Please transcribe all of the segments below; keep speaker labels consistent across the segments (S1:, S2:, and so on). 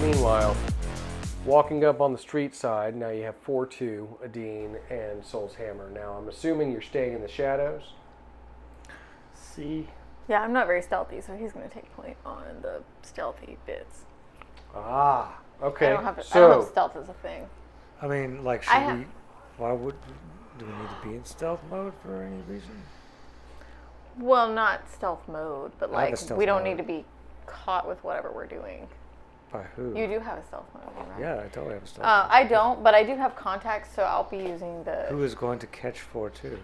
S1: Meanwhile, walking up on the street side, now you have 4 2, Adine, and Soul's Hammer. Now, I'm assuming you're staying in the shadows.
S2: See,
S3: Yeah, I'm not very stealthy, so he's gonna take point on the stealthy bits.
S1: Ah, okay.
S3: I don't have I
S1: so,
S3: don't have stealth as a thing.
S2: I mean, like, should
S3: I ha-
S2: we? Why would? Do we need to be in stealth mode for any reason?
S3: Well, not stealth mode, but
S2: I have a
S3: like
S2: stealth
S3: we don't
S2: mode.
S3: need to be caught with whatever we're doing.
S2: By who?
S3: You do have a stealth mode, right?
S2: Yeah, I totally have a stealth.
S3: Uh, I don't, but I do have contacts, so I'll be using the.
S2: mode. Who is going to catch four two?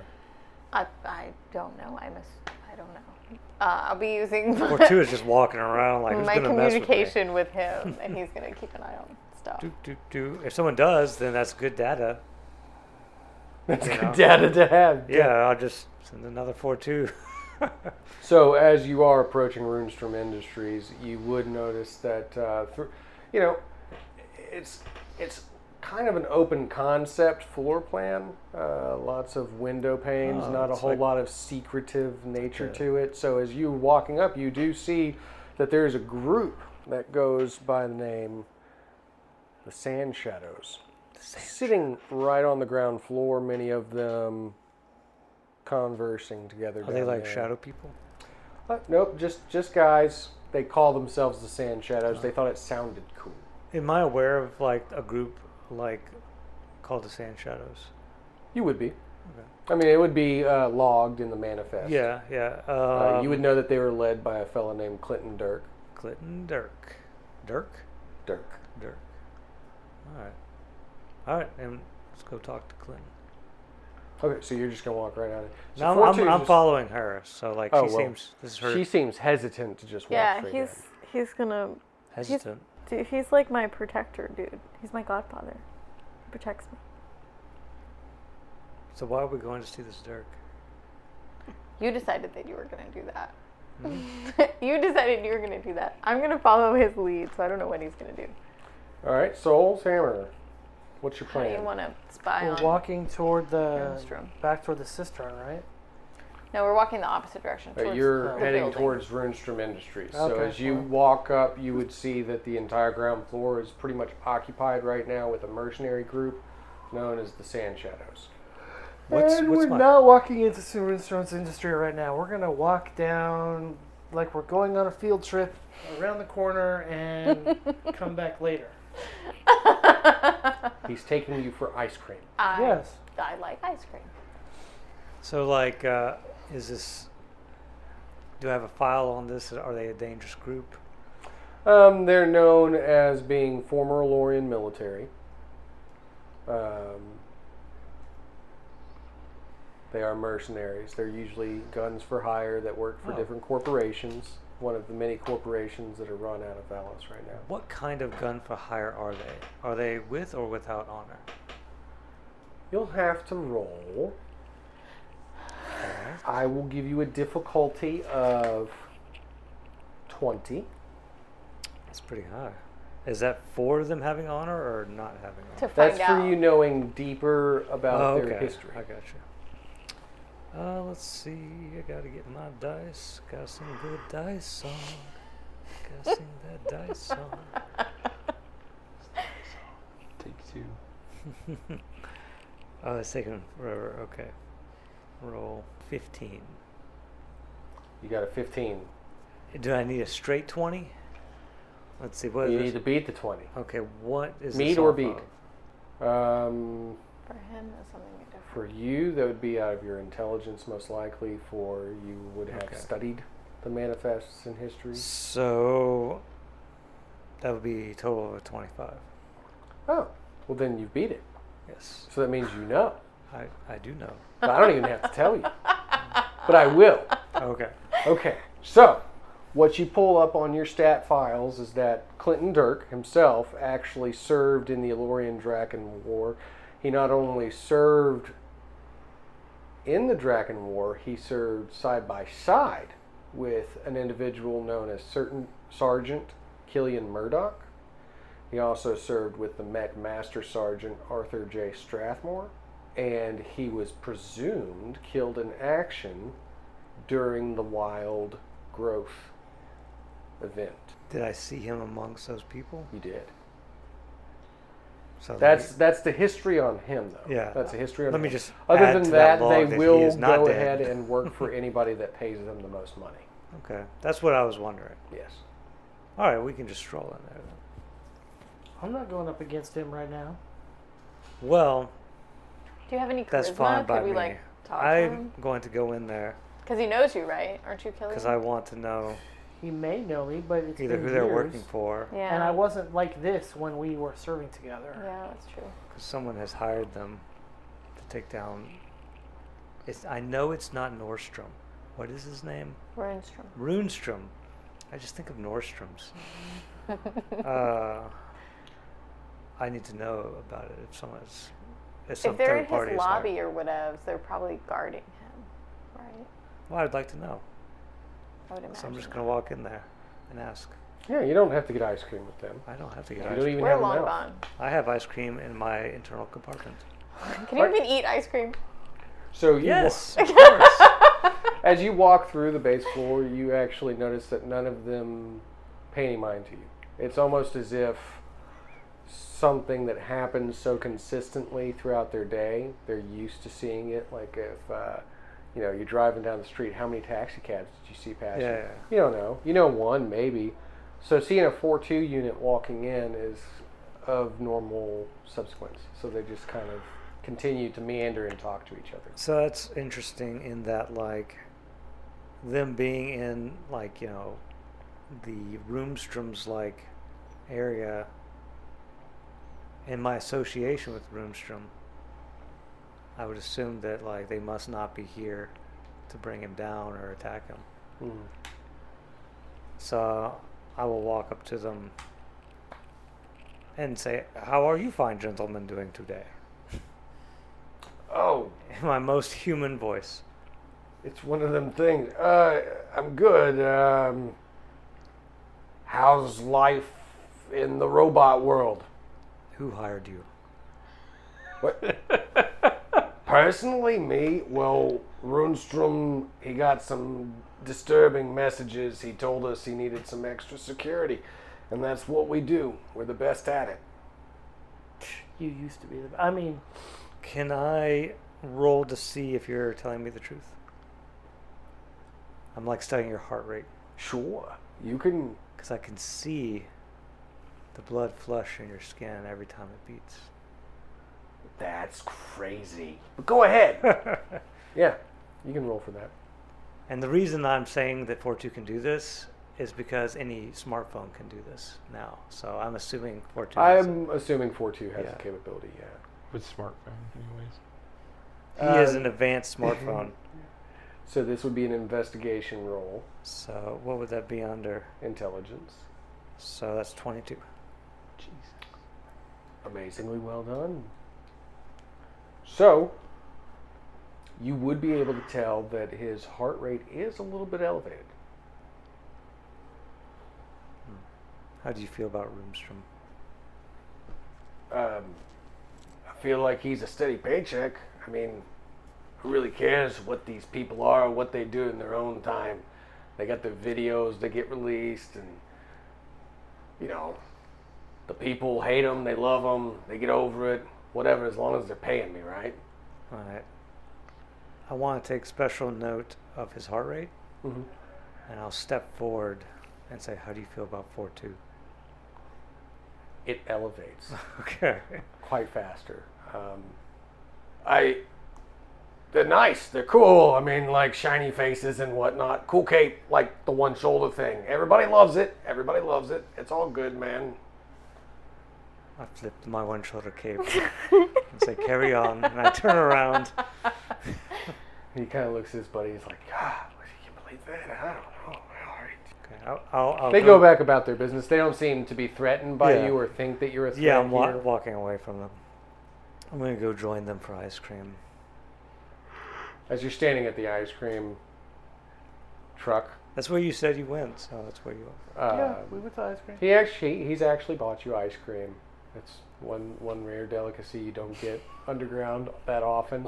S3: I, I don't know. I miss. I don't know. Uh, I'll be using
S2: Four
S3: my,
S2: two is just walking around like who's
S3: my
S2: gonna mess with me?
S3: communication with, him, and he's gonna keep an eye on stuff.
S2: Do, do, do. If someone does, then that's good data.
S1: that's
S2: you
S1: good
S2: know.
S1: data to have.
S2: Yeah, I'll just send another four two.
S1: So as you are approaching Runestrom Industries, you would notice that, uh, thr- you know, it's it's kind of an open concept floor plan. Uh, lots of window panes,
S2: Oh,
S1: not a
S2: it's
S1: whole
S2: like-
S1: lot of secretive nature
S2: Okay.
S1: to it. So as you walking up, you do see that there is a group that goes by the name the Sand Shadows, sitting right on the ground floor. Many of them conversing together.
S2: Are they
S1: down
S2: like
S1: there.
S2: shadow people?
S1: Uh, nope, just just guys. They call themselves the Sand Shadows.
S2: Oh.
S1: They thought it sounded cool.
S2: Am I aware of like a group like called the Sand Shadows?
S1: You would be. I mean, it would be uh, logged in the manifest.
S2: Yeah, yeah.
S1: Uh,
S2: Um,
S1: you would know that they were led by a fellow named Clinton Dirk.
S2: Clinton Dirk. Dirk?
S1: Dirk.
S2: Dirk. Alright. Alright, and let's go talk to Clinton.
S1: Okay, so you're just gonna walk right out. Of so
S2: No,
S1: 4-2
S2: I'm, I'm,
S1: is
S2: I'm
S1: just-
S2: following her, so like
S1: Oh,
S2: she
S1: well,
S2: seems this is her
S1: She seems hesitant to just walk.
S3: yeah,
S1: straight
S3: he's he's gonna.
S2: hesitant.
S3: Dude, he's like my protector, dude. He's my godfather. He protects me.
S2: So why are we going to see this Dirk?
S3: You decided that you were going to do that.
S1: Mm-hmm.
S3: you decided you were going to do that. I'm going to follow his lead, so I don't know what he's going to do.
S1: in. All right, Souls Hammer. What's your
S3: How do you
S1: plan?
S3: want to spy
S4: We're
S3: on?
S4: walking toward the
S3: Maelstrom.
S4: back toward the cistern, right?
S3: no, we're walking the opposite direction.
S1: Uh,
S3: towards
S1: you're
S3: the
S1: heading
S3: building.
S1: towards Runestrom Industries. so
S4: Okay,
S1: as you
S4: fine.
S1: walk up, you would see that the entire ground floor is pretty much occupied right now with a mercenary group known as the Sand Shadows.
S2: What's
S4: and
S2: what's
S4: we're
S2: my
S4: not walking into Surrenstrom's industry right now. We're gonna walk down like we're going on a field trip around the corner and come back later.
S1: He's taking you for ice cream.
S3: I,
S4: Yes.
S3: I like ice cream.
S2: So like uh, is this do I have a file on this? Are they a dangerous group?
S1: Um, they're known as being former Lorian military. Um, they are mercenaries. They're usually guns for hire that work for
S2: Oh.
S1: different corporations. One of the many corporations that are run out of Valis right now.
S2: What kind of gun for hire are they? Are they with or without honor?
S1: You'll have to roll. I will give you a difficulty of 20.
S2: That's pretty high. Is that for them having honor or not having honor?
S3: To
S1: That's
S3: find out.
S1: for you knowing deeper about
S2: Oh,
S1: their
S2: okay.
S1: history.
S2: I got you. Uh, let's see. I gotta get my dice. Gotta sing the dice song. Gotta sing that dice song.
S5: Take two.
S2: Oh, it's taking forever. Okay. Roll 15.
S1: You got a 15.
S2: Do I need a straight 20? Let's see. What
S1: you
S2: is
S1: need to
S2: this?
S1: beat the 20.
S2: Okay, what is
S1: Meet
S2: this
S1: or
S2: off
S1: beat?
S2: of?
S1: Um,
S3: For him, it's something different.
S1: for you, that would be out of your intelligence, most likely, for you would have
S2: Okay.
S1: studied the manifests in history.
S2: So that would be a total of 25.
S1: Oh, well, then you beat it.
S2: Yes.
S1: So that means you know.
S2: I, I do know.
S1: But I don't even have to tell you. But I will.
S2: Okay.
S1: Okay, so what you pull up on your stat files is that Clinton Dirk himself actually served in the Elorian Draken War. He not only served in the Draken War, he served side by side with an individual known as certain Sergeant Killian Murdoch. He also served with the Mech Master Sergeant Arthur J. Strathmore, and he was presumed killed in action during the wild growth event.
S2: Did I see him amongst those people?
S1: You did.
S2: So let
S1: That's
S2: me-
S1: that's the history on him, though.
S2: Yeah.
S1: That's the history on
S2: Let
S1: him.
S2: me just add
S1: Other than
S2: to that
S1: that,
S2: log
S1: they
S2: that he
S1: will
S2: is not
S1: go
S2: dead.
S1: ahead and work for anybody that pays them the most money.
S2: okay. That's what I was wondering.
S1: Yes.
S2: All right, we can just stroll in there. Then.
S4: I'm not going up against him right now.
S2: Well,
S3: Do you have any charisma?
S2: that's fine by
S3: Could we
S2: me.
S3: like talk to
S2: I'm
S3: him?
S2: going to go in there
S3: Because he knows you, right? Aren't you killing?
S2: because
S3: him?
S2: I want to know
S4: He may know me, but it's
S2: either
S4: been
S2: who they're
S4: years,
S2: working for,
S3: Yeah.
S4: And I wasn't like this when we were serving together.
S3: Yeah, that's true.
S2: because someone has hired them to take down. It's, I know it's not Nordstrom. What is his name?
S3: We're in strong.
S2: Runestrom. I just think of Nordstroms. uh, I need to know about it if someone's. If, some
S3: if they're
S2: third
S3: in
S2: party
S3: his
S2: is hired.
S3: lobby or whatevs, they're probably guarding him, right?
S2: Well, I'd like to know.
S3: I would imagine.
S2: So I'm just going to walk in there and ask.
S1: Yeah, you don't have to get ice cream with them.
S2: I don't have to get
S1: You
S2: ice
S1: don't
S2: cream.
S1: even
S3: We're
S1: have
S3: long
S1: them out.
S3: gone.
S2: I have ice cream in my internal compartment.
S3: Can you even eat ice cream?
S1: So you
S2: Yes, of course.
S1: As you walk through the base floor, you actually notice that none of them pay any mind to you. It's almost as if something that happens so consistently throughout their day, they're used to seeing it. Like if uh, you know you're driving down the street, how many taxi cabs did you see pass? you?
S2: Yeah, yeah.
S1: You don't know. You know one maybe. So seeing a four-two unit walking in is of normal subsequence. So they just kind of continue to meander and talk to each other.
S2: So that's interesting in that like them being in like, you know, the Roomstrom's like area and my association with Roomstrom, I would assume that like they must not be here to bring him down or attack him.
S1: Mm.
S2: So I will walk up to them and say, How are you fine gentlemen doing today?
S1: Oh,
S2: In my most human voice.
S1: It's one of them things. Uh, I'm good. Um, how's life in the robot world?
S2: Who hired you?
S1: What? Personally, me, well, Runstrom, he got some disturbing messages. He told us he needed some extra security, and that's what we do. We're the best at it.
S4: You used to be the. I mean,
S2: Can I roll to see if you're telling me the truth? I'm like studying your heart rate
S1: Sure, you can.
S2: because I can see the blood flush in your skin every time it beats.
S1: That's crazy. But go ahead. yeah, you can roll for that.
S2: and the reason I'm saying that Fortu can do this is because any smartphone can do this now. So I'm assuming Fortu. has it.
S1: I'm assuming 4 2 has
S2: Yeah.
S1: the capability, yeah.
S5: with smartphone, anyways.
S2: He is
S1: Um,
S2: an advanced smartphone.
S1: So this would be an investigation role,
S2: so what would that be under?
S1: intelligence.
S2: So that's 22.
S5: Jeez.
S1: Amazingly well done. So you would be able to tell that his heart rate is a little bit elevated.
S2: How do you feel about Roomstrom?
S1: Um, I feel like he's a steady paycheck. I mean, who really cares what these people are or what they do in their own time? They got their videos, they get released, and you know, the people hate them, they love them, they get over it, whatever, as long as they're paying me, right?
S2: All right. I want to take special note of his heart rate,
S1: Mhm.
S2: and I'll step forward and say, "How do you feel about four two?
S1: It elevates.
S2: Okay.
S1: quite faster. Um, I, they're nice. They're cool. I mean, like shiny faces and whatnot. Cool cape, like the one shoulder thing. Everybody loves it. Everybody loves it. It's all good, man.
S2: I flip my one shoulder cape and say, "Carry on," and I turn around.
S1: He kind of looks at his buddy. He's like, God, I can't believe that. I don't know. All right.
S2: Okay. I'll, I'll, I'll
S1: They go back about their business. They don't seem to be threatened by
S2: Yeah.
S1: you or think that you're a threat.
S2: Yeah, I'm wa-
S1: here.
S2: walking away from them. I'm gonna go join them for ice cream.
S1: As you're standing at the ice cream truck,
S2: That's where you said you went, so that's where you are.
S1: uh,
S4: yeah, we went to ice cream.
S1: He actually he's actually bought you ice cream. It's one one rare delicacy you don't get underground that often.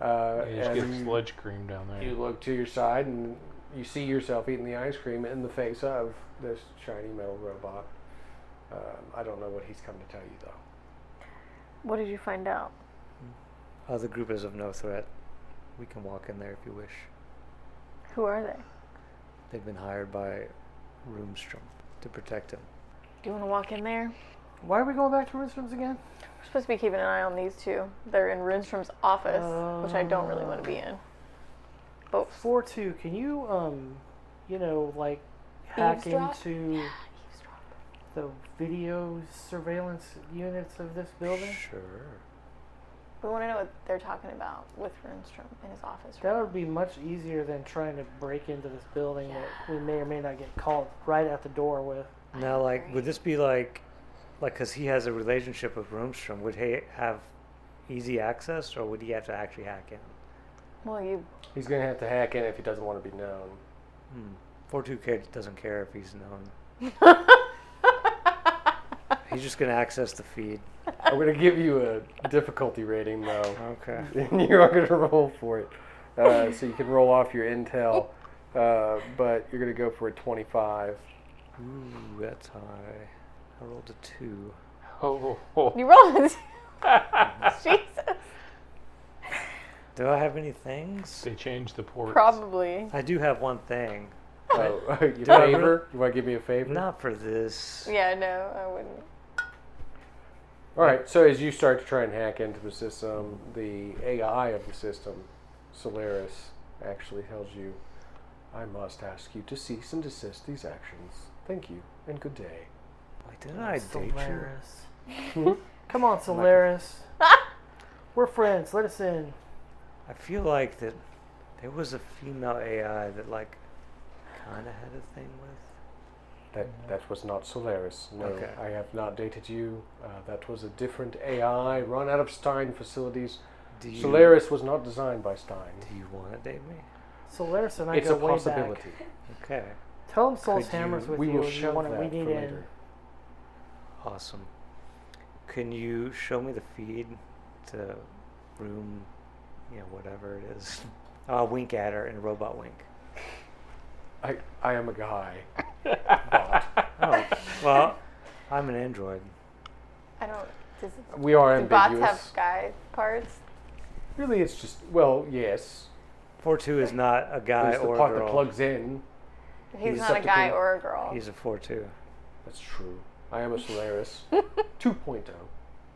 S1: Uh,
S5: you just get
S1: and
S5: sludge cream down there.
S1: you look to your side and you see yourself eating the ice cream in the face of this shiny metal robot. Um, I don't know what he's come to tell you though.
S3: What did you find out?
S2: Other group is of no threat. We can walk in there if you wish.
S3: Who are they?
S2: They've been hired by Roomstrom to protect him.
S3: Do you want to walk in there?
S4: Why are we going back to Rundstrom's again?
S3: We're supposed to be keeping an eye on these two. They're in Rindstrom's office, which I don't really want to be in. But
S2: Oh.
S4: Four two. Can you um, you know, like hack
S3: Eavesdrop?
S4: into the video surveillance units of this building?
S2: Sure.
S3: we want to know what they're talking about with Rundstrom in his office.
S4: That would be much easier than trying to break into this building that we may or may not get called right at the door with.
S2: Now, like,
S3: agree.
S2: would this be like, like, because he has a relationship with Roomstrom, would he have easy access, or would he have to actually hack in?
S3: Well, you
S1: He's gonna have to hack in if he doesn't want to be known.
S2: Hmm. Fortu care doesn't care if he's known. He's just gonna access the feed.
S1: I'm gonna give you a difficulty rating though.
S2: Okay.
S1: and you are going to roll for it. Uh, so you can roll off your intel, uh, but you're going to go for a 25.
S2: Ooh, that's high. I rolled a two.
S5: Oh, oh,
S3: you rolled a
S5: oh.
S3: Jesus.
S2: Do I have any things?
S5: they changed the ports.
S3: Probably.
S2: I do have one thing.
S1: Oh, you
S2: I
S1: favor? You want to give me a favor?
S2: Not for this.
S3: Yeah, no, I wouldn't.
S1: All right. So as you start to try and hack into the system, the AI of the system, Solaris, actually tells you, "I must ask you to cease and desist these actions. Thank you and good day."
S2: Like, didn't I date you?
S4: Solaris. Come on, Solaris. We're friends. Let us in.
S2: I feel like that there was a female AI that like kind of had a thing with.
S1: That that was not Solaris. No,
S2: Okay.
S1: I have not dated you. Uh, that was a different AI run out of Stein facilities.
S2: Do you,
S1: Solaris was not designed by Stein.
S2: Do you want to date me?
S4: Solaris and I
S1: It's
S4: go
S1: a
S4: way
S1: possibility.
S4: back.
S2: Okay.
S4: Tell him Soul's
S2: Could
S4: hammers
S2: you-
S4: with
S1: We
S4: you.
S1: will
S4: and you
S1: show
S4: wanna-
S1: that
S4: we need
S1: for
S4: in.
S1: later.
S2: Awesome. Can you show me the feed to room, you know, whatever it is? I'll wink at her in a robot wink.
S1: I, I am a guy.
S2: Oh, well, I'm an android.
S3: I don't. Does,
S1: We are
S3: do bots
S1: ambiguous.
S3: have guy parts?
S1: Really, it's just well, yes.
S2: Four two is not a guy
S1: There's the
S2: or
S1: part
S2: a girl.
S1: that plugs in.
S3: He's,
S1: He's
S3: not a guy
S1: subtoping-
S3: or a girl.
S2: He's a four two.
S1: That's true. I am a Solaris oh. 2.0.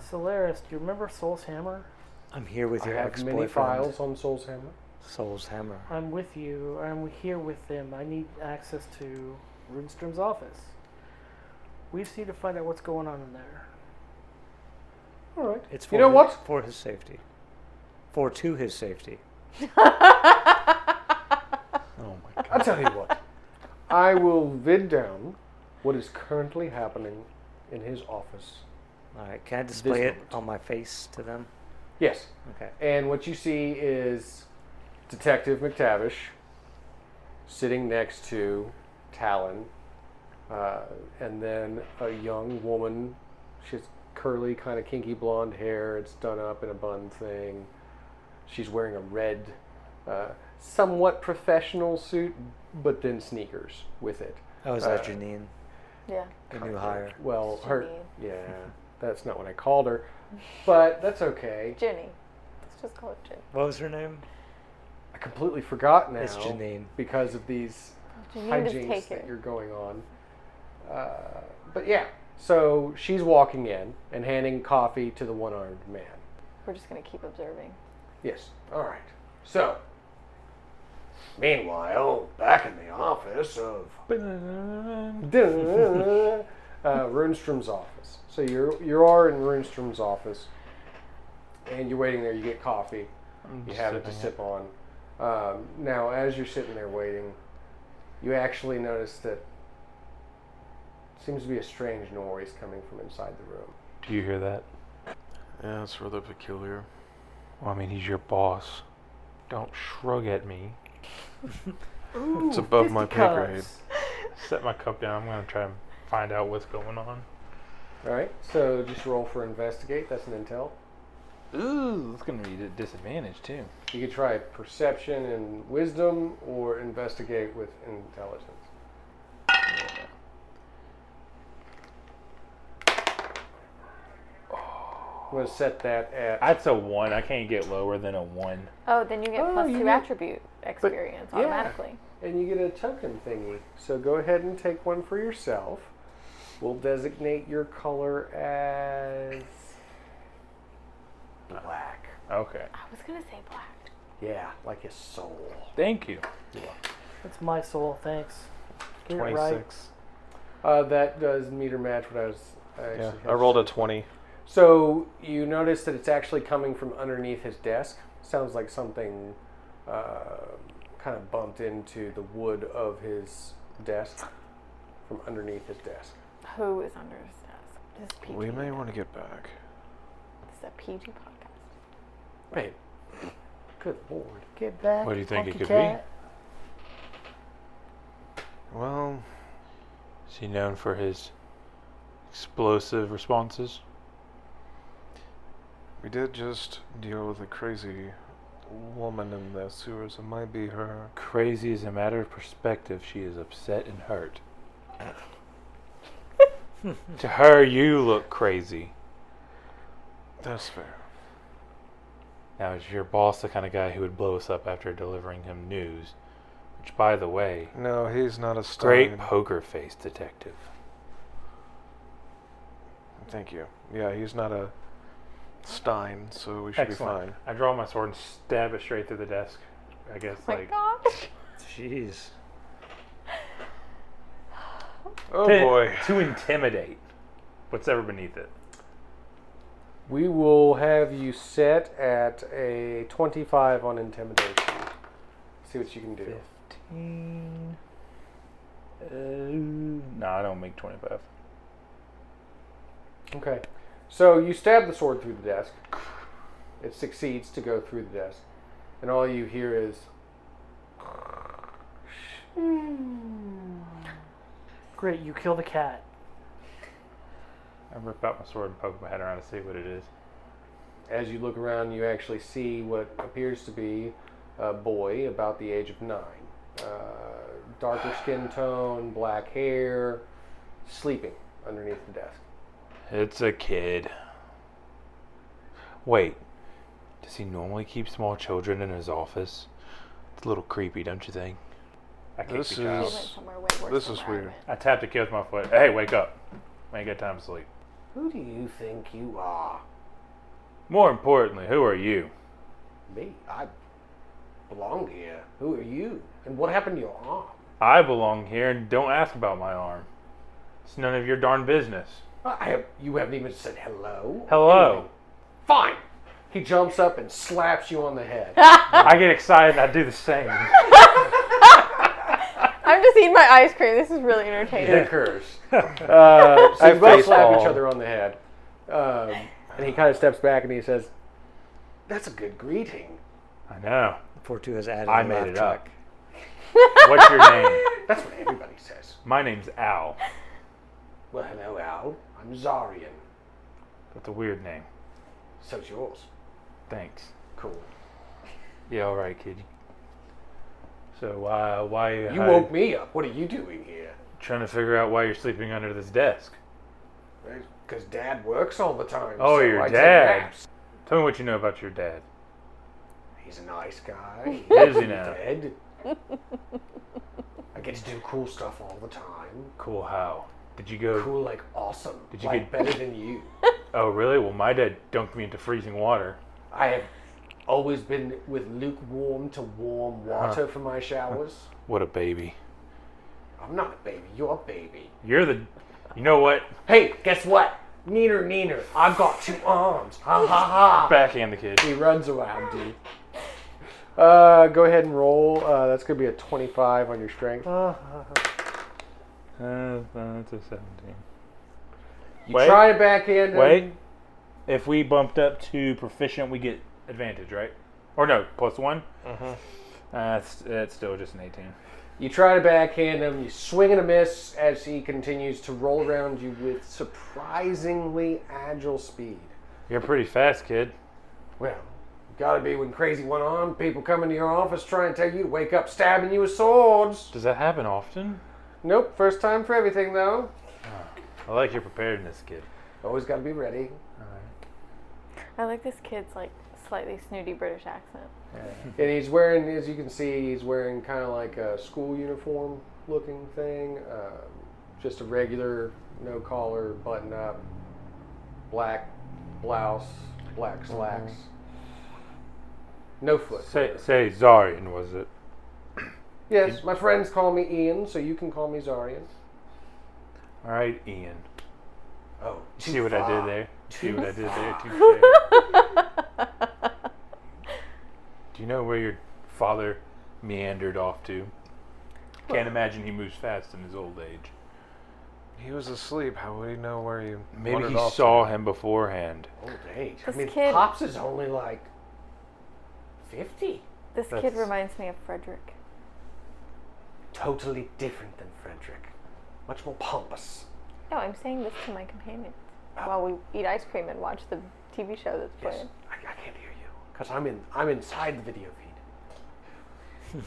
S4: Solaris, do you remember Soul's hammer?
S2: I'm here with
S1: I
S2: your
S1: have
S2: ex-boyfriend.
S1: many files on Soul's Hammer.
S2: Soul's hammer.
S4: I'm with you. I'm here with them. I need access to Rundstrom's office. We just need to find out what's going on in there.
S1: All right.
S2: It's for
S1: You know
S2: his,
S1: what?
S2: For his safety. For to his safety.
S5: Oh my god.
S1: I'll tell you what. I will vid down what is currently happening in his office.
S2: All right. Can I display it
S1: moment.
S2: on my face to them?
S1: Yes.
S2: Okay.
S1: And what you see is Detective McTavish sitting next to Talon, uh, and then a young woman. She's curly, kind of kinky blonde hair. It's done up in a bun thing. She's wearing a red, uh, somewhat professional suit, but then sneakers with it.
S2: Oh, is that
S1: Uh,
S2: Janine,
S3: yeah.
S2: the new hire?
S1: Well, her.
S3: Janine.
S1: Yeah, that's not what I called her, but that's okay.
S3: Ginny. Let's just call it Ginny.
S2: What was her name?
S1: I completely forgot now
S2: It's Janine.
S1: because of these
S3: Janine just
S1: hijinks
S3: take
S1: that
S3: it.
S1: you're going on. Uh, but yeah, so she's walking in and handing coffee to the one armed man.
S3: We're just gonna keep observing.
S1: Yes, all right. So, meanwhile, back in the office of
S5: Ba-da-da-da-da.
S1: uh, Runestrom's office. So you're you are in Runestrom's office, and you're waiting there. You get coffee.
S5: I'm
S1: You
S5: just
S1: have it to
S5: sipping
S1: sip on. Um, now, as you're sitting there waiting, you actually notice that seems to be a strange noise coming from inside the room.
S5: Do you hear that?
S6: Yeah, it's rather peculiar.
S5: Well, I mean, he's your boss. Don't shrug at me.
S6: It's above my pay grade.
S4: Fisticuffs.
S5: Set my cup down. I'm gonna try and find out what's going on.
S1: All right. So just roll for investigate. That's an intel.
S5: Ooh, it's gonna be a disadvantage too.
S1: You could try perception and wisdom, or investigate with intelligence. I'm gonna set that at.
S5: That's a one. I can't get lower than a one.
S3: Oh, then you get
S1: Oh,
S3: plus
S1: you
S3: two
S1: get-
S3: attribute experience
S1: yeah.
S3: automatically.
S1: and you get a token thingy. So go ahead and take one for yourself. We'll designate your color as black.
S5: Okay.
S3: I was gonna say black.
S1: Yeah, like his soul.
S5: Thank you.
S4: That's my soul. Thanks. Get it right.
S6: Twenty-six.
S1: Uh, that does meet or match what I was. I actually
S6: Yeah,
S1: had.
S6: I rolled a twenty.
S1: So you notice that it's actually coming from underneath his desk. Sounds like something uh, kind of bumped into the wood of his desk from underneath his desk.
S3: Who is under his desk? This is PG.
S6: We may want to get back.
S3: This is a PG podcast.
S1: Wait. Good lord.
S4: Get back.
S6: What do you think it
S4: funky
S6: could be?
S4: cat.
S6: Well,
S5: Is he known for his explosive responses?
S6: we did just deal with a crazy woman in the sewers. It might be her.
S5: Crazy is a matter of perspective. She is upset and hurt. to her, you look crazy.
S6: That's fair.
S5: Now, is your boss the kind of guy who would blow us up after delivering him news? Which, by the way,
S6: No, he's not a star.
S5: great poker face detective.
S6: Thank you. Yeah, he's not a Stein, so we should
S5: Excellent.
S6: be fine.
S5: I draw my sword and stab it straight through the desk. I guess,
S3: My
S5: like,
S3: gosh.
S2: Jeez.
S6: Oh
S5: to,
S6: boy.
S5: to intimidate what's ever beneath it.
S1: We will have you set at a 25 on intimidation. See what you can do.
S5: 15. Uh, no, I don't make 25.
S1: Okay. So you stab the sword through the desk. It succeeds to go through the desk. And all you hear is.
S4: Great, you killed a cat.
S5: I rip out my sword and poke my head around to see what it is.
S1: As you look around, you actually see what appears to be a boy about the age of nine. Uh, darker skin tone, black hair, sleeping underneath the desk.
S5: It's a kid. Wait, does he normally keep small children in his office? It's a little creepy, don't you think? I can't
S6: This
S5: be
S3: He
S5: child.
S3: went
S6: is-
S3: somewhere way worse.
S6: this
S3: than
S6: is
S3: where I
S6: weird.
S3: went.
S5: I tapped a kid with my foot. Hey, wake up. I ain't got time to sleep.
S1: Who do you think you are?
S5: More importantly, who are you?
S1: Me? I belong here. Who are you? And what happened to your arm?
S5: I belong here and don't ask about my arm. It's none of your darn business.
S1: I have, you haven't even said hello.
S5: Hello.
S1: Fine. He jumps up and slaps you on the head.
S5: I get excited and I do the same.
S3: I'm just eating my ice cream. This is really entertaining.
S1: it occurs.
S5: Uh,
S1: So you both
S6: face
S1: slap each
S6: palm.
S1: other on the head. Um, and he kind of steps back and he says, That's a good greeting.
S5: I know.
S2: Fortu has added.
S5: I
S2: a
S5: made
S2: laugh
S5: it
S2: track.
S5: up. What's your name?
S1: That's what everybody says.
S5: My name's Al.
S1: Well, hello, Al. I'm Zarian.
S5: That's a weird name.
S1: So's yours.
S5: Thanks.
S1: Cool.
S5: Yeah, all right, kid. So uh, why you
S1: You woke me up. What are you doing here?
S5: trying to figure out why you're sleeping under this desk?
S1: Because Dad works all the time.
S5: Oh,
S1: so
S5: your
S1: I take
S5: dad.
S1: naps.
S5: Tell me what you know about your dad.
S1: He's a nice guy.
S5: Is he now?
S1: Dead. I get to do cool stuff all the time.
S5: Cool. How did you go?
S1: Cool, like awesome.
S5: Did you
S1: like
S5: get-
S1: better than you?
S5: Oh, really? Well, my dad dunked me into freezing water.
S1: I have always been with lukewarm to warm
S5: Uh-huh.
S1: water for my showers.
S5: What a baby.
S1: I'm not a baby. You're a baby.
S5: You're the. You know what?
S1: Hey, guess what? Neener, neener. I've got two arms. Ha ha ha.
S5: Backhand the kid.
S1: He runs around, dude. Uh, go ahead and roll. Uh, that's gonna be a 25 on your strength.
S4: Uh,
S5: Uh, that's a seventeen.
S1: You
S5: Wait.
S1: try to backhand. him.
S5: Wait. If we bumped up to proficient, we get advantage, right? Or no, plus one. Mm-hmm. Uh, it's, it's still just an eighteen.
S1: You try to backhand him, you swing and a miss as he continues to roll around you with surprisingly agile speed.
S5: You're pretty fast, kid.
S1: Well, gotta be when crazy went on. People come into your office trying to tell you to wake up stabbing you with swords.
S5: Does that happen often?
S1: Nope, first time for everything though.
S5: I like your preparedness, kid.
S1: Always gotta be ready.
S3: I like this kid's like slightly snooty British accent.
S1: And he's wearing, as you can see, he's wearing kind of like a school uniform looking thing. Um, just a regular, no collar, button up, black blouse,
S5: Uh-huh.
S1: black slacks. No foot.
S5: Say, say Zarian, was it?
S1: Yes, my friends call me Ian, so you can call me Zarian.
S5: All right, Ian.
S1: Oh,
S5: See what I did there? See what I did there? Touche. Do you know where your father meandered off to? Can't imagine he moves fast in his old age.
S6: He was asleep. How would he know where you?
S5: Maybe he saw him beforehand.
S1: Old age.
S3: This
S1: I mean,
S3: kid-
S1: Pops is only like 50.
S3: this kid
S5: That's-
S3: reminds me of Frederick.
S1: Totally different than Frederick. Much more pompous.
S3: No, I'm saying this to my companions while we eat ice cream and watch the TV show that's
S1: Yes,
S3: playing.
S1: I, I can't hear you because I'm in. I'm inside the video feed.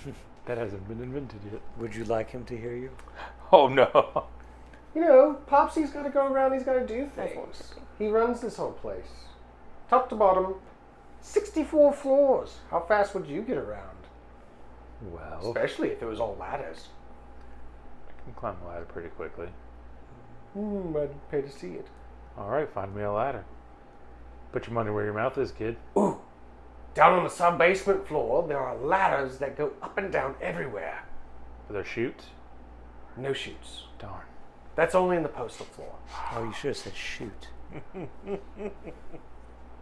S5: That hasn't been invented yet.
S2: Would you like him to hear you?
S5: Oh no.
S1: You know, Popsy's got to go around. He's got to do
S3: That's what it
S1: things.
S3: should be.
S1: He runs this whole place, top to bottom, sixty-four floors. How fast would you get around?
S5: Well,
S1: Especially if it was all ladders.
S5: I can climb a ladder pretty quickly.
S1: Hmm, I'd pay to see it.
S5: All right, find me a ladder. Put your money where your mouth is, kid.
S1: Ooh, down on the sub-basement floor, there are ladders that go up and down everywhere.
S5: Are there shoots?
S1: No shoots.
S5: Darn.
S1: That's only in the postal floor.
S2: Oh, you should have said shoot.
S3: You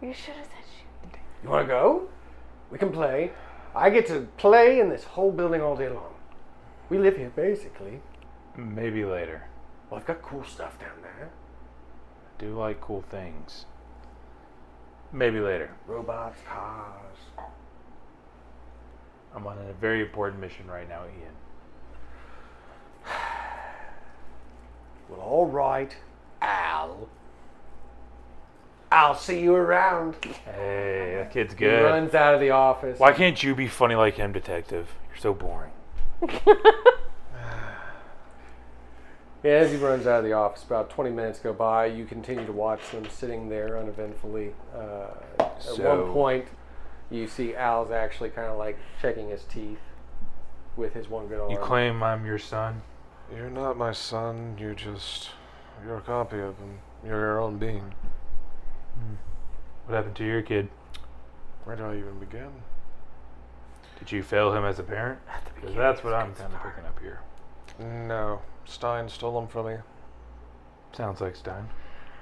S3: should have said shoot.
S1: You want to go? We can play. I get to play in this whole building all day long. We live here basically.
S5: Maybe later.
S1: Well, I've got cool stuff down there.
S5: I do like cool things. Maybe later.
S1: Robots, cars.
S5: I'm on a very important mission right now, Ian.
S1: Well, all right, Al. I'll see you around.
S5: Hey, that kid's
S1: He
S5: good.
S1: runs out of the office.
S5: Why can't you be funny like him, detective? You're so boring.
S1: Yeah, as he runs out of the office, about 20 minutes go by. You continue to watch them sitting there uneventfully. Uh, at
S5: So-
S1: one point, you see Al's actually kind of like checking his teeth with his one good arm.
S5: You claim I'm your son?
S6: You're not my son. You just, you're a copy of him. You're your own being.
S5: What happened to your kid?
S6: Where do I even begin?
S5: Did you fail him as a parent? 'Cause that's what I'm kind of picking up here.
S6: No, Stein stole him from me.
S5: Sounds like Stein.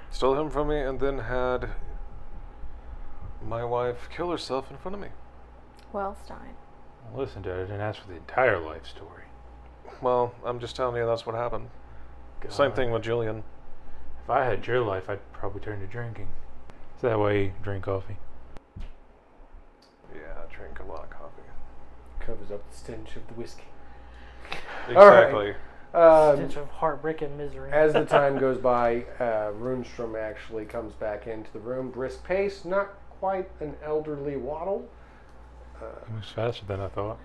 S6: Stole him from me, and then had my wife kill herself in front of me.
S3: Well, Stein.
S5: Well, listen, Dad, I didn't ask for the entire life story.
S6: Well, I'm just telling you that's what happened. Same
S5: God.
S6: thing with Julian.
S5: If I had your life, I'd probably turn to drinking. So that way you drink coffee.
S6: Yeah, I drink a lot of coffee.
S1: Covers up the stench of the whiskey. right.
S6: Exactly.
S1: Um,
S4: Stench of heartbreak and misery.
S1: as the time goes by, uh, Runstrom actually comes back into the room. Brisk pace, not quite an elderly waddle.
S5: He moves faster than I thought.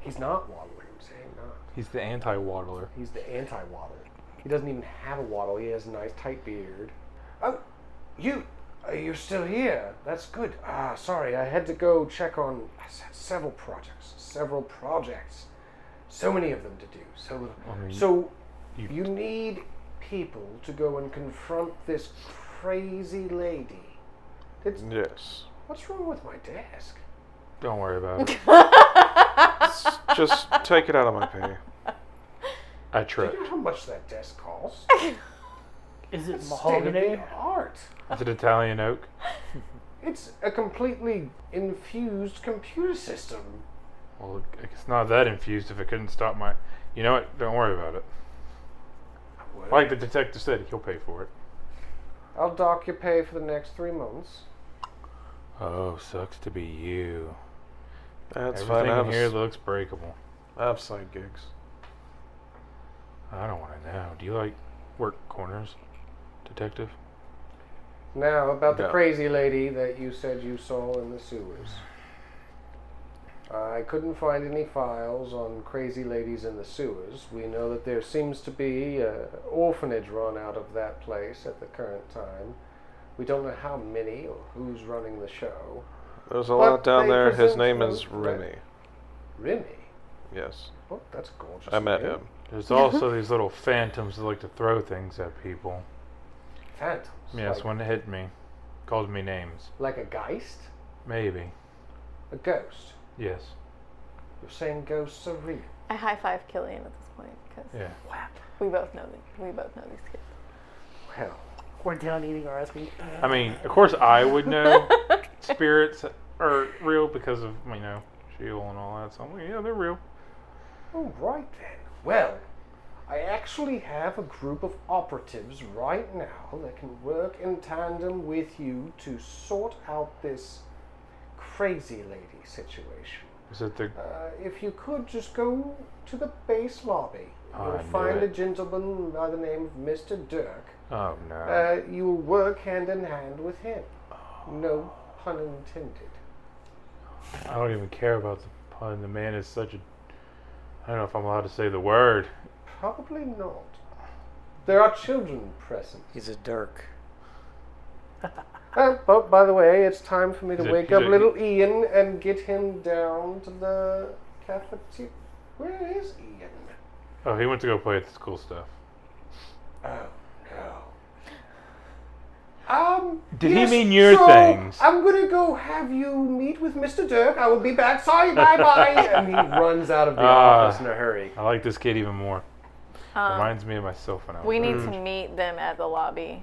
S1: He's not waddling, I'm saying not.
S5: He's the anti waddler.
S1: He's the anti waddle. He doesn't even have a waddle. He has a nice tight beard. Oh, you, uh, you're still here. That's good. Ah, sorry, I had to go check on s- several projects. Several projects. So many of them to do. So, little.
S5: mean,
S1: so
S5: you-
S1: you need people to go and confront this crazy lady. It's,
S6: Mm. Yes.
S1: what's wrong with my desk?
S5: Don't worry about it.
S6: S- just take it out of my pay.
S1: Do
S5: I
S1: you
S5: tripped.
S1: know how much that desk costs?
S4: Is
S1: State
S4: it
S1: of
S4: mahogany?
S1: the art.
S5: Is it Italian oak?
S1: It's a completely infused computer system.
S5: Well, it's not that infused if it couldn't stop my. You know what? Don't worry about it.
S1: Well,
S5: Like the detective said, he'll pay for it.
S1: I'll dock your pay for the next three months.
S5: Oh, sucks to be you.
S6: That's fine. I
S5: Everything
S6: have,
S5: in
S6: a
S5: here
S6: s-
S5: looks breakable.
S6: I have side gigs.
S5: I don't want to know. Do you like work corners, detective?
S1: Now about the
S6: No.
S1: crazy lady that you said you saw in the sewers. I couldn't find any files on crazy ladies in the sewers. We know that there seems to be an orphanage run out of that place at the current time. We don't know how many or who's running the show.
S6: There's a
S1: But
S6: lot down
S1: they
S6: there. His
S1: presume
S6: name
S1: so,
S6: is
S1: but-
S6: Remy.
S1: Remy?
S6: Yes,
S1: Oh, that's a gorgeous.
S6: I met
S1: name.
S6: him.
S5: There's also these little phantoms that like to throw things at people.
S1: Phantoms.
S5: Yes,
S1: like,
S5: one hit me. Called me names.
S1: like a geist,
S5: Maybe.
S1: a ghost.
S5: Yes.
S1: You're saying ghosts are real.
S3: I high five Killian at this point because
S5: Yeah.
S3: we both know the, we both know these kids.
S1: Well,
S4: We're down eating our ass. We
S5: I mean, of course I would know spirits are real because of, you know, Sheol and all that. So I'm like, yeah, they're real.
S1: All right then. Well, I actually have a group of operatives right now that can work in tandem with you to sort out this crazy lady situation.
S5: Is it the
S1: Uh, if you could just go to the base lobby,
S5: Oh, I
S1: you'll
S5: knew
S1: find a
S5: it.
S1: gentleman by the name of Mr. Dirk.
S5: Oh no.
S1: Uh, you will work hand in hand with him. No pun intended.
S5: I don't even care about the pun. The man is such a I don't know if I'm allowed to say the word.
S1: Probably not. There are children present.
S2: He's a Dirk.
S1: Uh, but by the way, it's time for me to
S5: Is it-
S1: wake
S5: is
S1: up
S5: it-
S1: little Ian and get him down to the cafeteria. Where is Ian?
S5: Oh, he went to go play at the school stuff.
S1: Oh no. Um.
S5: Did he
S1: yes,
S5: mean your
S1: so
S5: things?
S1: I'm gonna go have you meet with Mr. Dirk. I will be back. Sorry, bye bye. and he runs out of the
S5: Ah.
S1: office in a hurry.
S5: I like this kid even more.
S3: Um,
S5: Reminds me of myself when I was
S3: we
S5: a-
S3: need to meet them at the lobby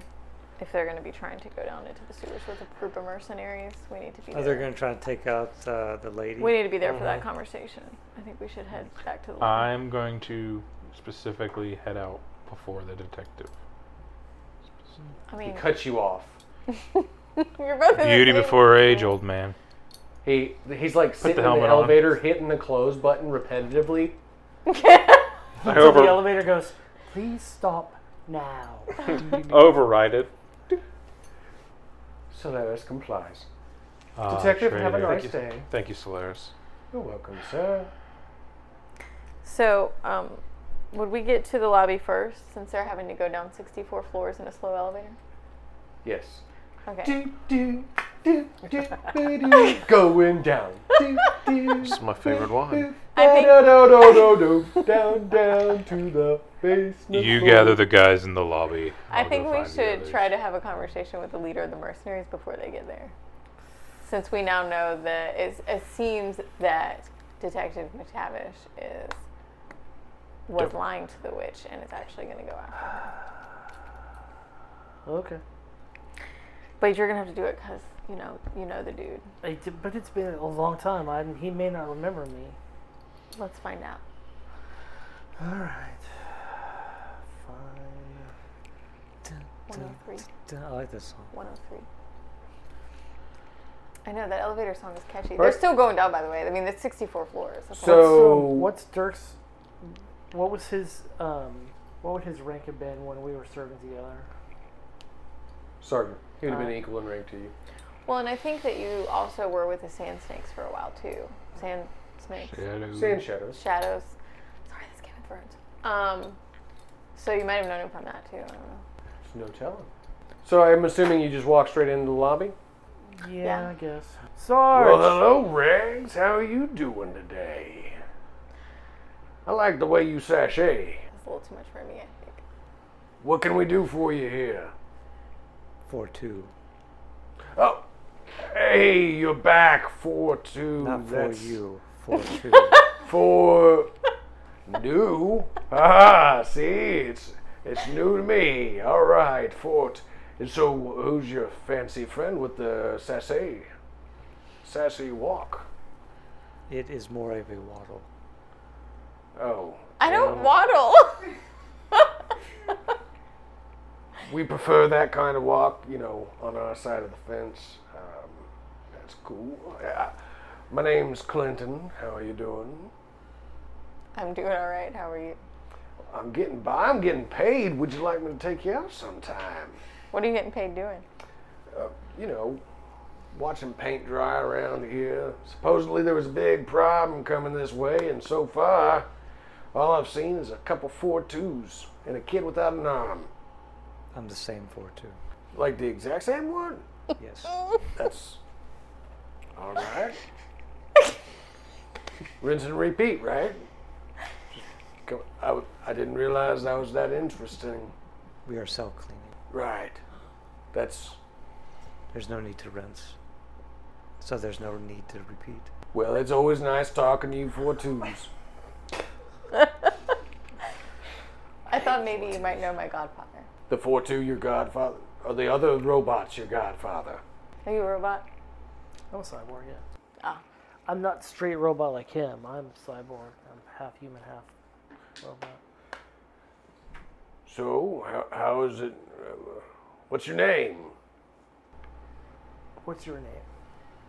S3: if they're going to be trying to go down into the sewers with a group of mercenaries. We need to be.
S2: Oh,
S3: there.
S2: they're gonna try to take out uh, the lady.
S3: We need to be there for that conversation. I think we should head back to the lobby.
S5: I'm going to specifically head out before the detective.
S3: I
S1: He
S3: mean,
S1: cuts you off.
S3: you're both in the
S5: Beauty
S3: same-
S5: before age, old man.
S1: He he's like sitting in the
S5: helmet on.
S1: elevator, hitting the close button repetitively.
S6: I
S4: Until the
S6: over-
S4: elevator goes, please stop now.
S6: override it.
S1: Solaris complies.
S5: Ah,
S1: Detective, have a
S5: traitor.
S1: nice
S6: you.
S1: day.
S6: Thank you, Solaris.
S1: You're welcome, sir.
S3: So, um, would we get to the lobby first since they're having to go down 64 floors in a slow elevator?
S1: Yes.
S3: Okay.
S1: do, do, do, do, do, do, going down. Do, do,
S6: It's my favorite one.
S3: I think-
S1: da, da, da, da, da, down, down to the basement.
S5: You
S1: floor.
S5: gather the guys in the lobby.
S3: I
S5: I'll
S3: think
S5: go
S3: we
S5: find the
S3: should
S5: others.
S3: try to have a conversation with the leader of the mercenaries before they get there. Since we now know that it's, it seems that Detective McTavish is was
S5: Don't-
S3: lying to the witch and is actually going to go after. her.
S4: Okay.
S3: But you're going to have to do it because you know you know the dude.
S4: I d- but it's been a long time. i he may not remember me.
S3: Let's find out.
S4: All right. Fine.
S3: 103.
S2: I like this song.
S3: 103. I know that elevator song is catchy. They're still going down, by the way. I mean, there's 64 floors. That's a lot.
S1: So-
S4: what's Dirk's? What was his? Um, what would his rank have been when we were serving together?
S1: Sergeant, he would have been
S4: Alright.
S1: equal in rank to you.
S3: well, and I think that you also were with the Sand Snakes for a while too. Sand Snakes,
S5: Shadow.
S1: Sand shadows.
S3: Shadows. Sorry, this Game of Thrones. Um, so you might have known him from that too. I don't know.
S1: There's No telling. So I'm assuming you just walk straight into the lobby.
S4: Yeah,
S3: Yeah.
S4: I guess. Sarge.
S1: hello, Rags. How are you doing today? I like the way you sashay.
S3: That's a little too much for me. I think.
S1: What can we do for you here?
S2: Four two,
S1: Oh, hey, you're back. Four two.
S2: not for
S1: that's-
S2: you. Four two.
S1: for new. Ah, see, it's it's new to me. All right, Fort. And so, who's your fancy friend with the sassy, sassy walk?
S2: it is more of a waddle.
S1: Oh,
S3: I don't
S1: well,
S3: waddle.
S1: We prefer that kind of walk, you know, on our side of the fence. Um, that's cool. Yeah. My name's Clinton. How are you doing?
S3: I'm doing all right. How are you?
S1: I'm getting by. I'm getting paid. Would you like me to take you out sometime?
S3: What are you getting paid doing?
S1: uh, you know, watching paint dry around here. Supposedly there was a big problem coming this way, and so far, all I've seen is a couple four twos and a kid without an arm.
S2: I'm the same for two.
S1: Like the exact same one?
S2: Yes.
S1: That's all right. Rinse and repeat, right? Just go- I, w- I didn't realize that was that interesting.
S2: We are self cleaning.
S1: Right. That's
S2: There's no need to rinse. So there's no need to repeat.
S1: well. It's always nice talking to you four twos.
S3: I thought maybe you might know my godfather.
S1: The four two, your godfather, or the other robots, your godfather.
S3: Are you a robot?
S4: I'm a cyborg, yeah.
S3: Ah.
S4: I'm not straight robot like him. I'm cyborg. I'm half human, half robot.
S1: So how, how is it? Uh, what's your name?
S4: What's your name?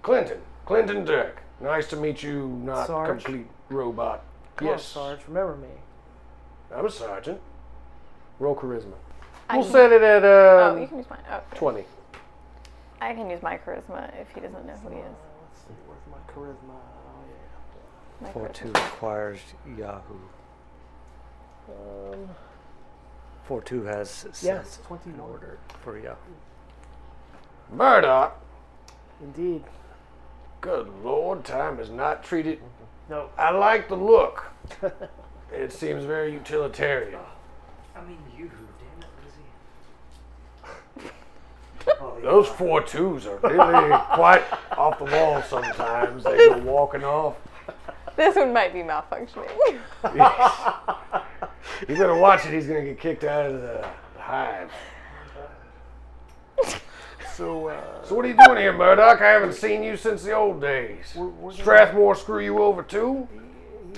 S1: Clinton. Clinton Dirk. Nice to meet you. Not
S4: Sarge?
S1: complete robot.
S4: Come
S1: yes,
S4: on, Sarge. Remember me.
S1: I'm a sergeant. Roll charisma.
S3: I
S1: We'll
S3: can-
S1: set it at
S3: Oh,
S1: um,
S3: you can use mine. Oh, okay.
S1: twenty.
S3: I can use my charisma if he doesn't know who he is.
S4: Uh, let's see. Where's my charisma? Oh yeah.
S3: My
S2: For
S3: charisma.
S2: two requires Yahoo.
S4: Um,
S2: For two has sense
S4: yes,
S2: in
S4: twenty-one.
S2: order for Yahoo.
S1: Murdoch.
S4: Indeed.
S1: Good lord, time has not treated.
S4: No.
S1: I like the look. it seems very utilitarian.
S2: I mean Yahoo, damn it, Lizzie.
S1: Those four twos are really quite off the wall sometimes. They go walking off.
S3: This one might be malfunctioning.
S1: You better watch it. He's gonna get kicked out of the hive.
S4: So uh,
S1: So what are you doing here, Murdoch? I haven't seen you since the old days.
S4: we're, we're gonna-
S1: Strathmore screw you over too?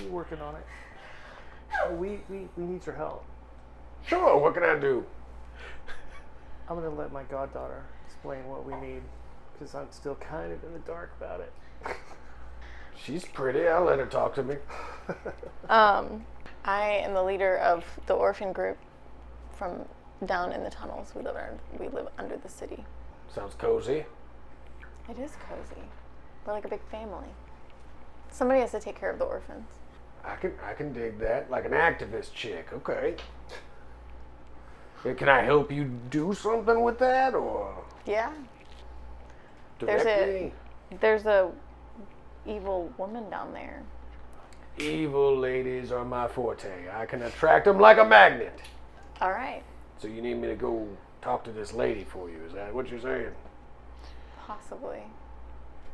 S4: he working on it. Uh, We, we we need your help.
S1: Sure. What can I do?
S4: I'm gonna let my goddaughter explain what we need, because I'm still kind of in the dark about it.
S1: She's pretty. I'll let her talk to me.
S3: um, I am the leader of the orphan group from down in the tunnels. We live under, we live under the city.
S1: Sounds cozy.
S3: It is cozy. We're like a big family. Somebody has to take care of the orphans.
S1: I can I can dig that. Like an activist chick. Okay. Yeah, Can I help you do something with that or
S3: Yeah. There's a-
S1: directly?
S3: There's a evil woman down there.
S1: Evil ladies are my forte. I can attract them like a magnet.
S3: All right.
S1: So you need me to go talk to this lady for you? Is that what you're saying?
S3: Possibly.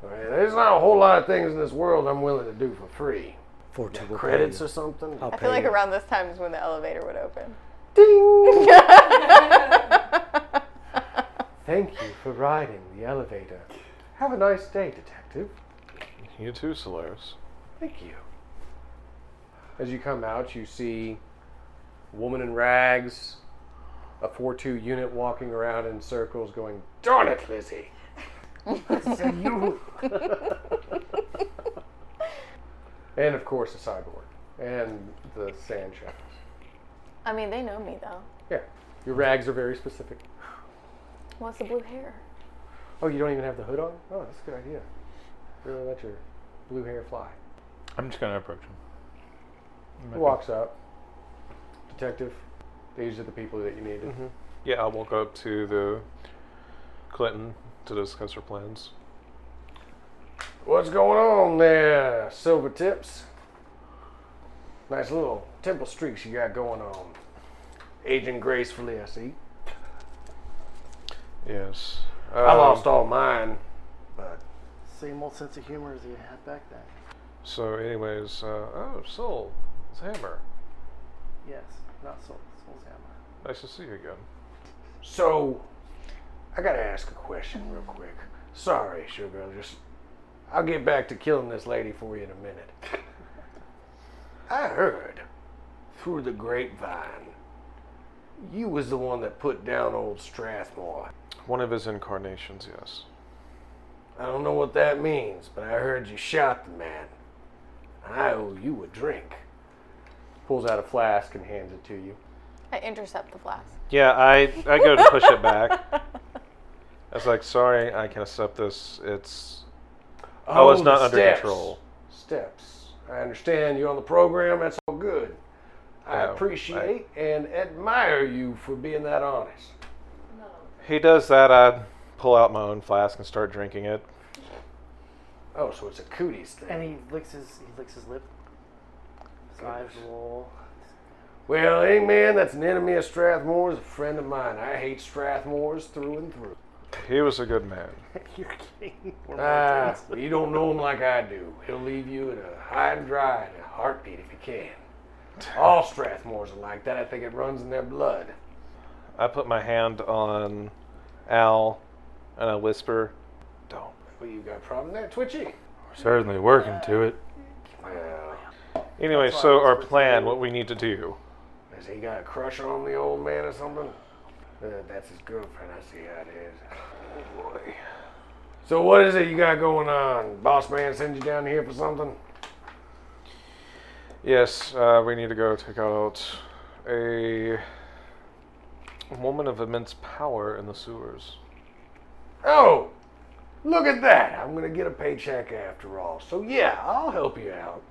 S1: All right, there's not a whole lot of things in this world I'm willing to do for free.
S2: For two will
S1: Credits
S2: pay
S1: or
S2: you.
S1: something.
S2: I'll
S3: I feel like
S2: pay you.
S3: around this time is when the elevator would open.
S1: Ding! Thank you for riding the elevator. Have a nice day, detective.
S6: You too, Solaris.
S1: Thank you. As you come out, you see a woman in rags, a 4 2 unit walking around in circles going, Darn it, Lizzie! And of course, a cyborg. And the sand shadows.
S3: I mean, they know me though.
S1: Yeah, your rags are very specific.
S3: What's the blue hair?
S1: Oh, you don't even have the hood on? Oh, that's a good idea. Really let your blue hair fly.
S5: I'm just gonna approach him.
S1: He walks up. Detective, these are the people that you needed.
S6: Yeah, I'll walk up to the Clinton to discuss her plans.
S1: What's going on there, Silver Tips? Nice little temple streaks you got going on. Aging gracefully, I see.
S6: Yes.
S1: I
S6: Um,
S1: lost all mine, but
S4: Same old sense of humor as you had back then.
S6: So, anyways, uh, oh, Soul, it's Hammer.
S4: Yes, not Soul, Soul's Hammer.
S6: Nice to see you again.
S1: So, I gotta ask a question real quick. Sorry, Sugar. I'm just. I'll get back to killing this lady for you in a minute. I heard through the grapevine you was the one that put down old Strathmore.
S6: One of his incarnations, yes.
S1: I don't know what that means, but I heard you shot the man. I owe you a drink. Pulls out a flask and hands it to you.
S3: I intercept the flask.
S6: Yeah, I I go to push it back. I was like, sorry, I can accept this. It's oh, it's
S1: the
S6: not under
S1: steps.
S6: control.
S1: Steps. I understand you're on the program. That's all good. I
S6: Oh,
S1: appreciate and admire you for being that honest.
S6: He does that. I pull out my own flask and start drinking it.
S1: Oh, so it's a cooties thing.
S4: And he licks his he licks his lip. His eyes roll.
S1: Well, any man that's an enemy of Strathmore's a friend of mine. I hate Strathmore's through and through.
S6: He was a good man.
S4: You're kidding. We're
S1: Ah,
S4: Mormons.
S1: you don't know him like I do. He'll leave you at a high and dry in a heartbeat if he can. All Strathmores are like that. I think it runs in their blood.
S6: I put my hand on Al and I whisper, "Don't."
S1: Well, you got a problem there, Twitchy.
S5: We're certainly working to it.
S1: Well,
S6: Anyway,
S1: That's
S6: so
S1: fine.
S6: our plan, what we need to do.
S1: has he got a crush on the old man or something? Uh, that's his girlfriend. I see how it is. Oh, boy. So what is it you got going on? Boss man send you down here for something?
S6: Yes, uh, we need to go take out a woman of immense power in the sewers.
S1: Oh, look at that. I'm going to get a paycheck after all. So, yeah, I'll help you out.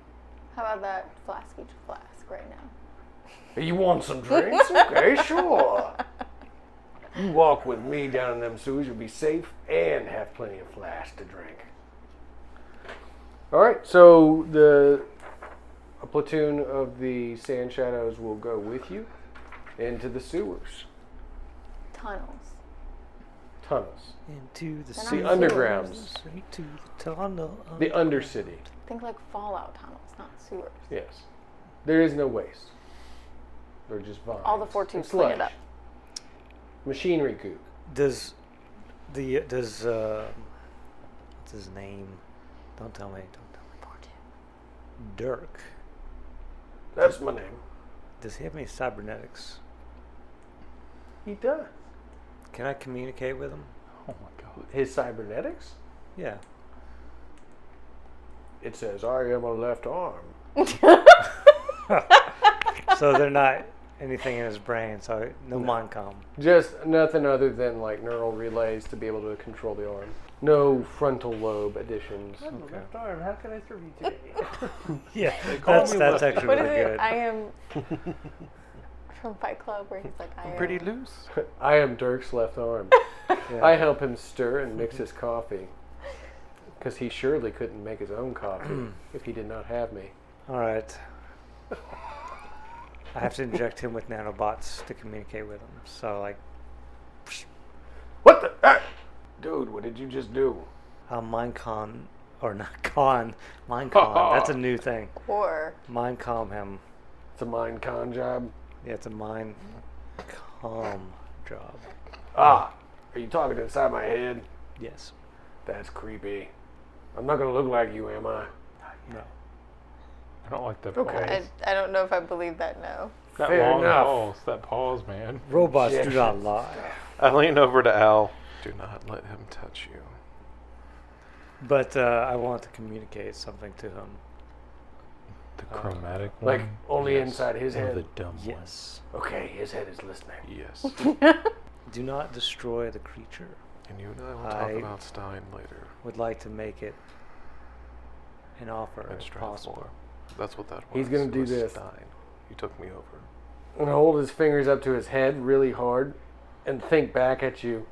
S3: How about that flask each flask right now?
S1: You want some drinks? Okay, sure. You walk with me down in them sewers, you'll be safe and have plenty of flash to drink. All right, so the a platoon of the Sand Shadows will go with you into the sewers,
S3: Tunnels.
S1: tunnels,
S2: Into
S1: the
S3: They're not
S2: the sea.
S3: sewers.
S1: undergrounds,
S2: Into the tunnel.
S1: the undercity.
S3: Think like fallout tunnels, not sewers.
S1: Yes, there is no waste. They're just vines.
S3: All the
S1: and
S3: 14s clean
S1: sludge.
S3: it up.
S1: Machinery goo.
S2: Does the does uh what's his name? Don't tell me. Don't tell me.
S3: 14.
S2: Dirk.
S1: That's my name.
S2: Does he have any cybernetics?
S1: He does.
S2: Can I communicate with him?
S5: Oh my god.
S1: His cybernetics?
S2: Yeah.
S1: It says, I am a left arm.
S2: So they're not anything in his brain. So no mind com.
S1: Just nothing other than like neural relays to be able to control the arm. No frontal lobe additions.
S4: I'm the left arm. How can I serve you today?
S2: Yeah, that's
S6: me
S2: that's
S6: Lefty.
S2: actually
S3: What is
S2: really good.
S3: it? I am from Fight Club where he's like, I am.
S6: Pretty loose.
S1: I am Dirk's left arm.
S2: Yeah.
S1: I help him stir and mix his coffee. Because he surely couldn't make his own coffee if he did not have me.
S2: All right. I have to inject him with nanobots to communicate with him. So like,
S1: What the? ah! Dude, what did you just do?
S2: uh, mind con or not con, mind con. that's a new thing.
S3: Or
S2: Mind calm him.
S1: It's a mind con job.
S2: Yeah, it's a mind calm job.
S1: Ah, are you talking inside my head?
S2: Yes.
S1: That's creepy. I'm not gonna look like you, am I?
S2: No.
S5: I don't like that
S1: Okay.
S5: pause.
S3: I, I don't know if I believe that, no.
S5: That
S1: Fair
S5: long
S1: enough.
S5: pause. That pause, man.
S6: Uh,
S2: Robots do
S1: Injection
S2: not lie.
S6: I lean over to Al. Do not let him touch you.
S2: But uh, I want to communicate something to him.
S5: The chromatic
S1: Like only inside his
S5: Or
S1: head.
S5: the dumb
S2: Yes.
S1: Okay, his head is listening.
S6: Yes.
S2: Do not destroy the creature.
S6: and you and I will talk
S2: I-
S6: about Stein later.
S2: Would like to make it an offer
S6: And
S2: if
S6: Strathmore.
S2: possible.
S6: That's what that was.
S1: He's gonna
S6: It
S1: do
S6: was
S1: this.
S6: Stein. You took me over.
S1: and hold his fingers up to his head really hard and think back at you.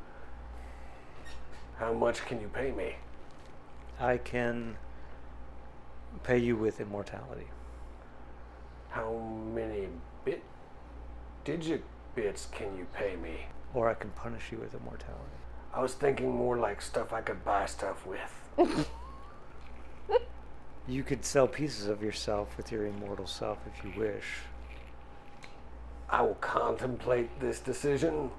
S1: How much can you pay me?
S2: I can pay you with immortality.
S1: How many bit digit bits can you pay me?
S2: Or I can punish you with immortality.
S1: I was thinking more like stuff I could buy stuff with.
S2: You could sell pieces of yourself with your immortal self if you wish.
S1: I will contemplate this decision.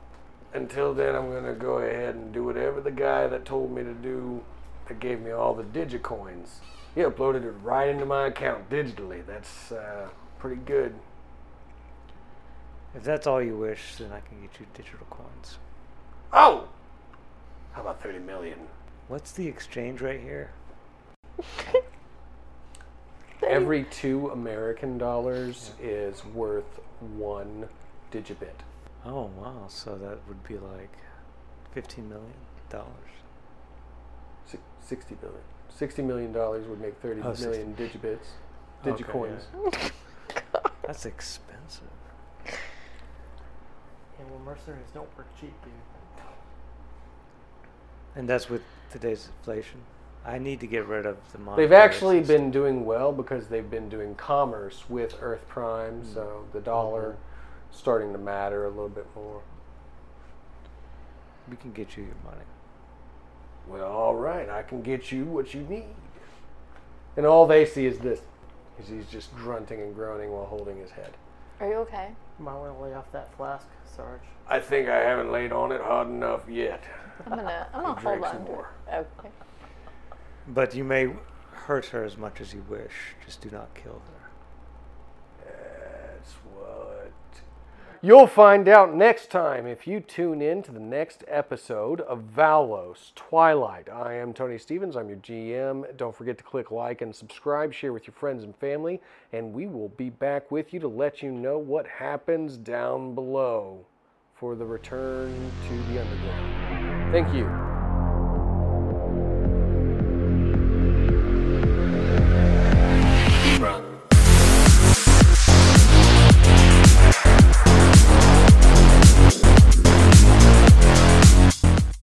S1: Until then, I'm going to go ahead and do whatever the guy that told me to do, that gave me all the digicoins. He uploaded it right into my account digitally. That's uh, pretty good.
S2: If that's all you wish, then I can get you digital coins.
S1: Oh! How about 30 million?
S2: What's the exchange rate here?
S1: Every two American dollars is worth one digibit.
S2: Oh wow, so that would be like 15 million. dollars.
S1: Six- 60 billion. 60 million dollars would make thirty
S2: Oh,
S1: million
S2: 60.
S1: digibits.
S2: Okay,
S1: Digicoins.
S2: That's expensive.
S4: Yeah, well, mercenaries don't work cheap, dude.
S2: And that's with today's inflation. I need to get rid of the money.
S1: They've actually been doing well because they've been doing commerce with Earth Prime, so the dollar starting to matter a little bit more.
S2: We can get you your money.
S1: Well, all right, I can get you what you need. And all they see is this. is He's just grunting and groaning while holding his head.
S3: Are you okay?
S4: Might want to lay off that flask, Sarge.
S1: I think I haven't laid on it hard enough yet.
S3: I'm gonna. I'm gonna Oh, hold
S1: Drink
S3: on.
S1: some
S3: To it.
S1: more.
S3: Okay.
S2: But you may hurt her as much as you wish. Just do not kill her.
S1: That's what. You'll find out next time if you tune in to the next episode of Valos Twilight. I am Tony Stevens. I'm your GM. Don't forget to click like and subscribe, share with your friends and family, and we will be back with you to let you know what happens down below for the return to the underground. Thank you.